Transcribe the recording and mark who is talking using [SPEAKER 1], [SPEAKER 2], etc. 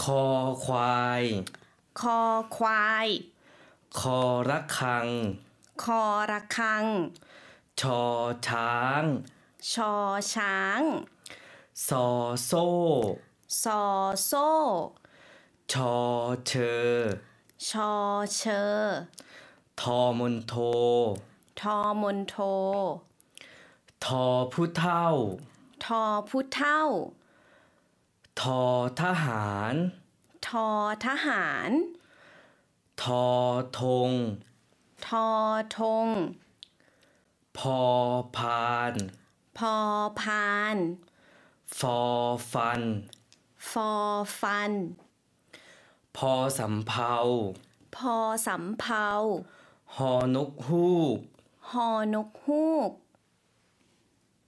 [SPEAKER 1] คอควาย
[SPEAKER 2] คอควาย
[SPEAKER 1] คอระคัง
[SPEAKER 2] คอระคัง
[SPEAKER 1] ชอช้าง
[SPEAKER 2] ชอช้าง
[SPEAKER 1] ซอโซ่
[SPEAKER 2] ซอโซ่
[SPEAKER 1] ชอเชอ
[SPEAKER 2] ชอเชอ
[SPEAKER 1] ทอมนโท
[SPEAKER 2] ทอมนโท
[SPEAKER 1] ทอผู้เท่า
[SPEAKER 2] ทอผู้เท่า
[SPEAKER 1] ทอทหาร
[SPEAKER 2] ทอทหาร
[SPEAKER 1] ทอธง
[SPEAKER 2] ทอธง
[SPEAKER 1] พอพาน
[SPEAKER 2] พอพาน
[SPEAKER 1] ฟอฟัน
[SPEAKER 2] ฟอฟัน
[SPEAKER 1] พอสำเภา
[SPEAKER 2] พอสำเภา
[SPEAKER 1] หอนกฮูก
[SPEAKER 2] หอนกฮูก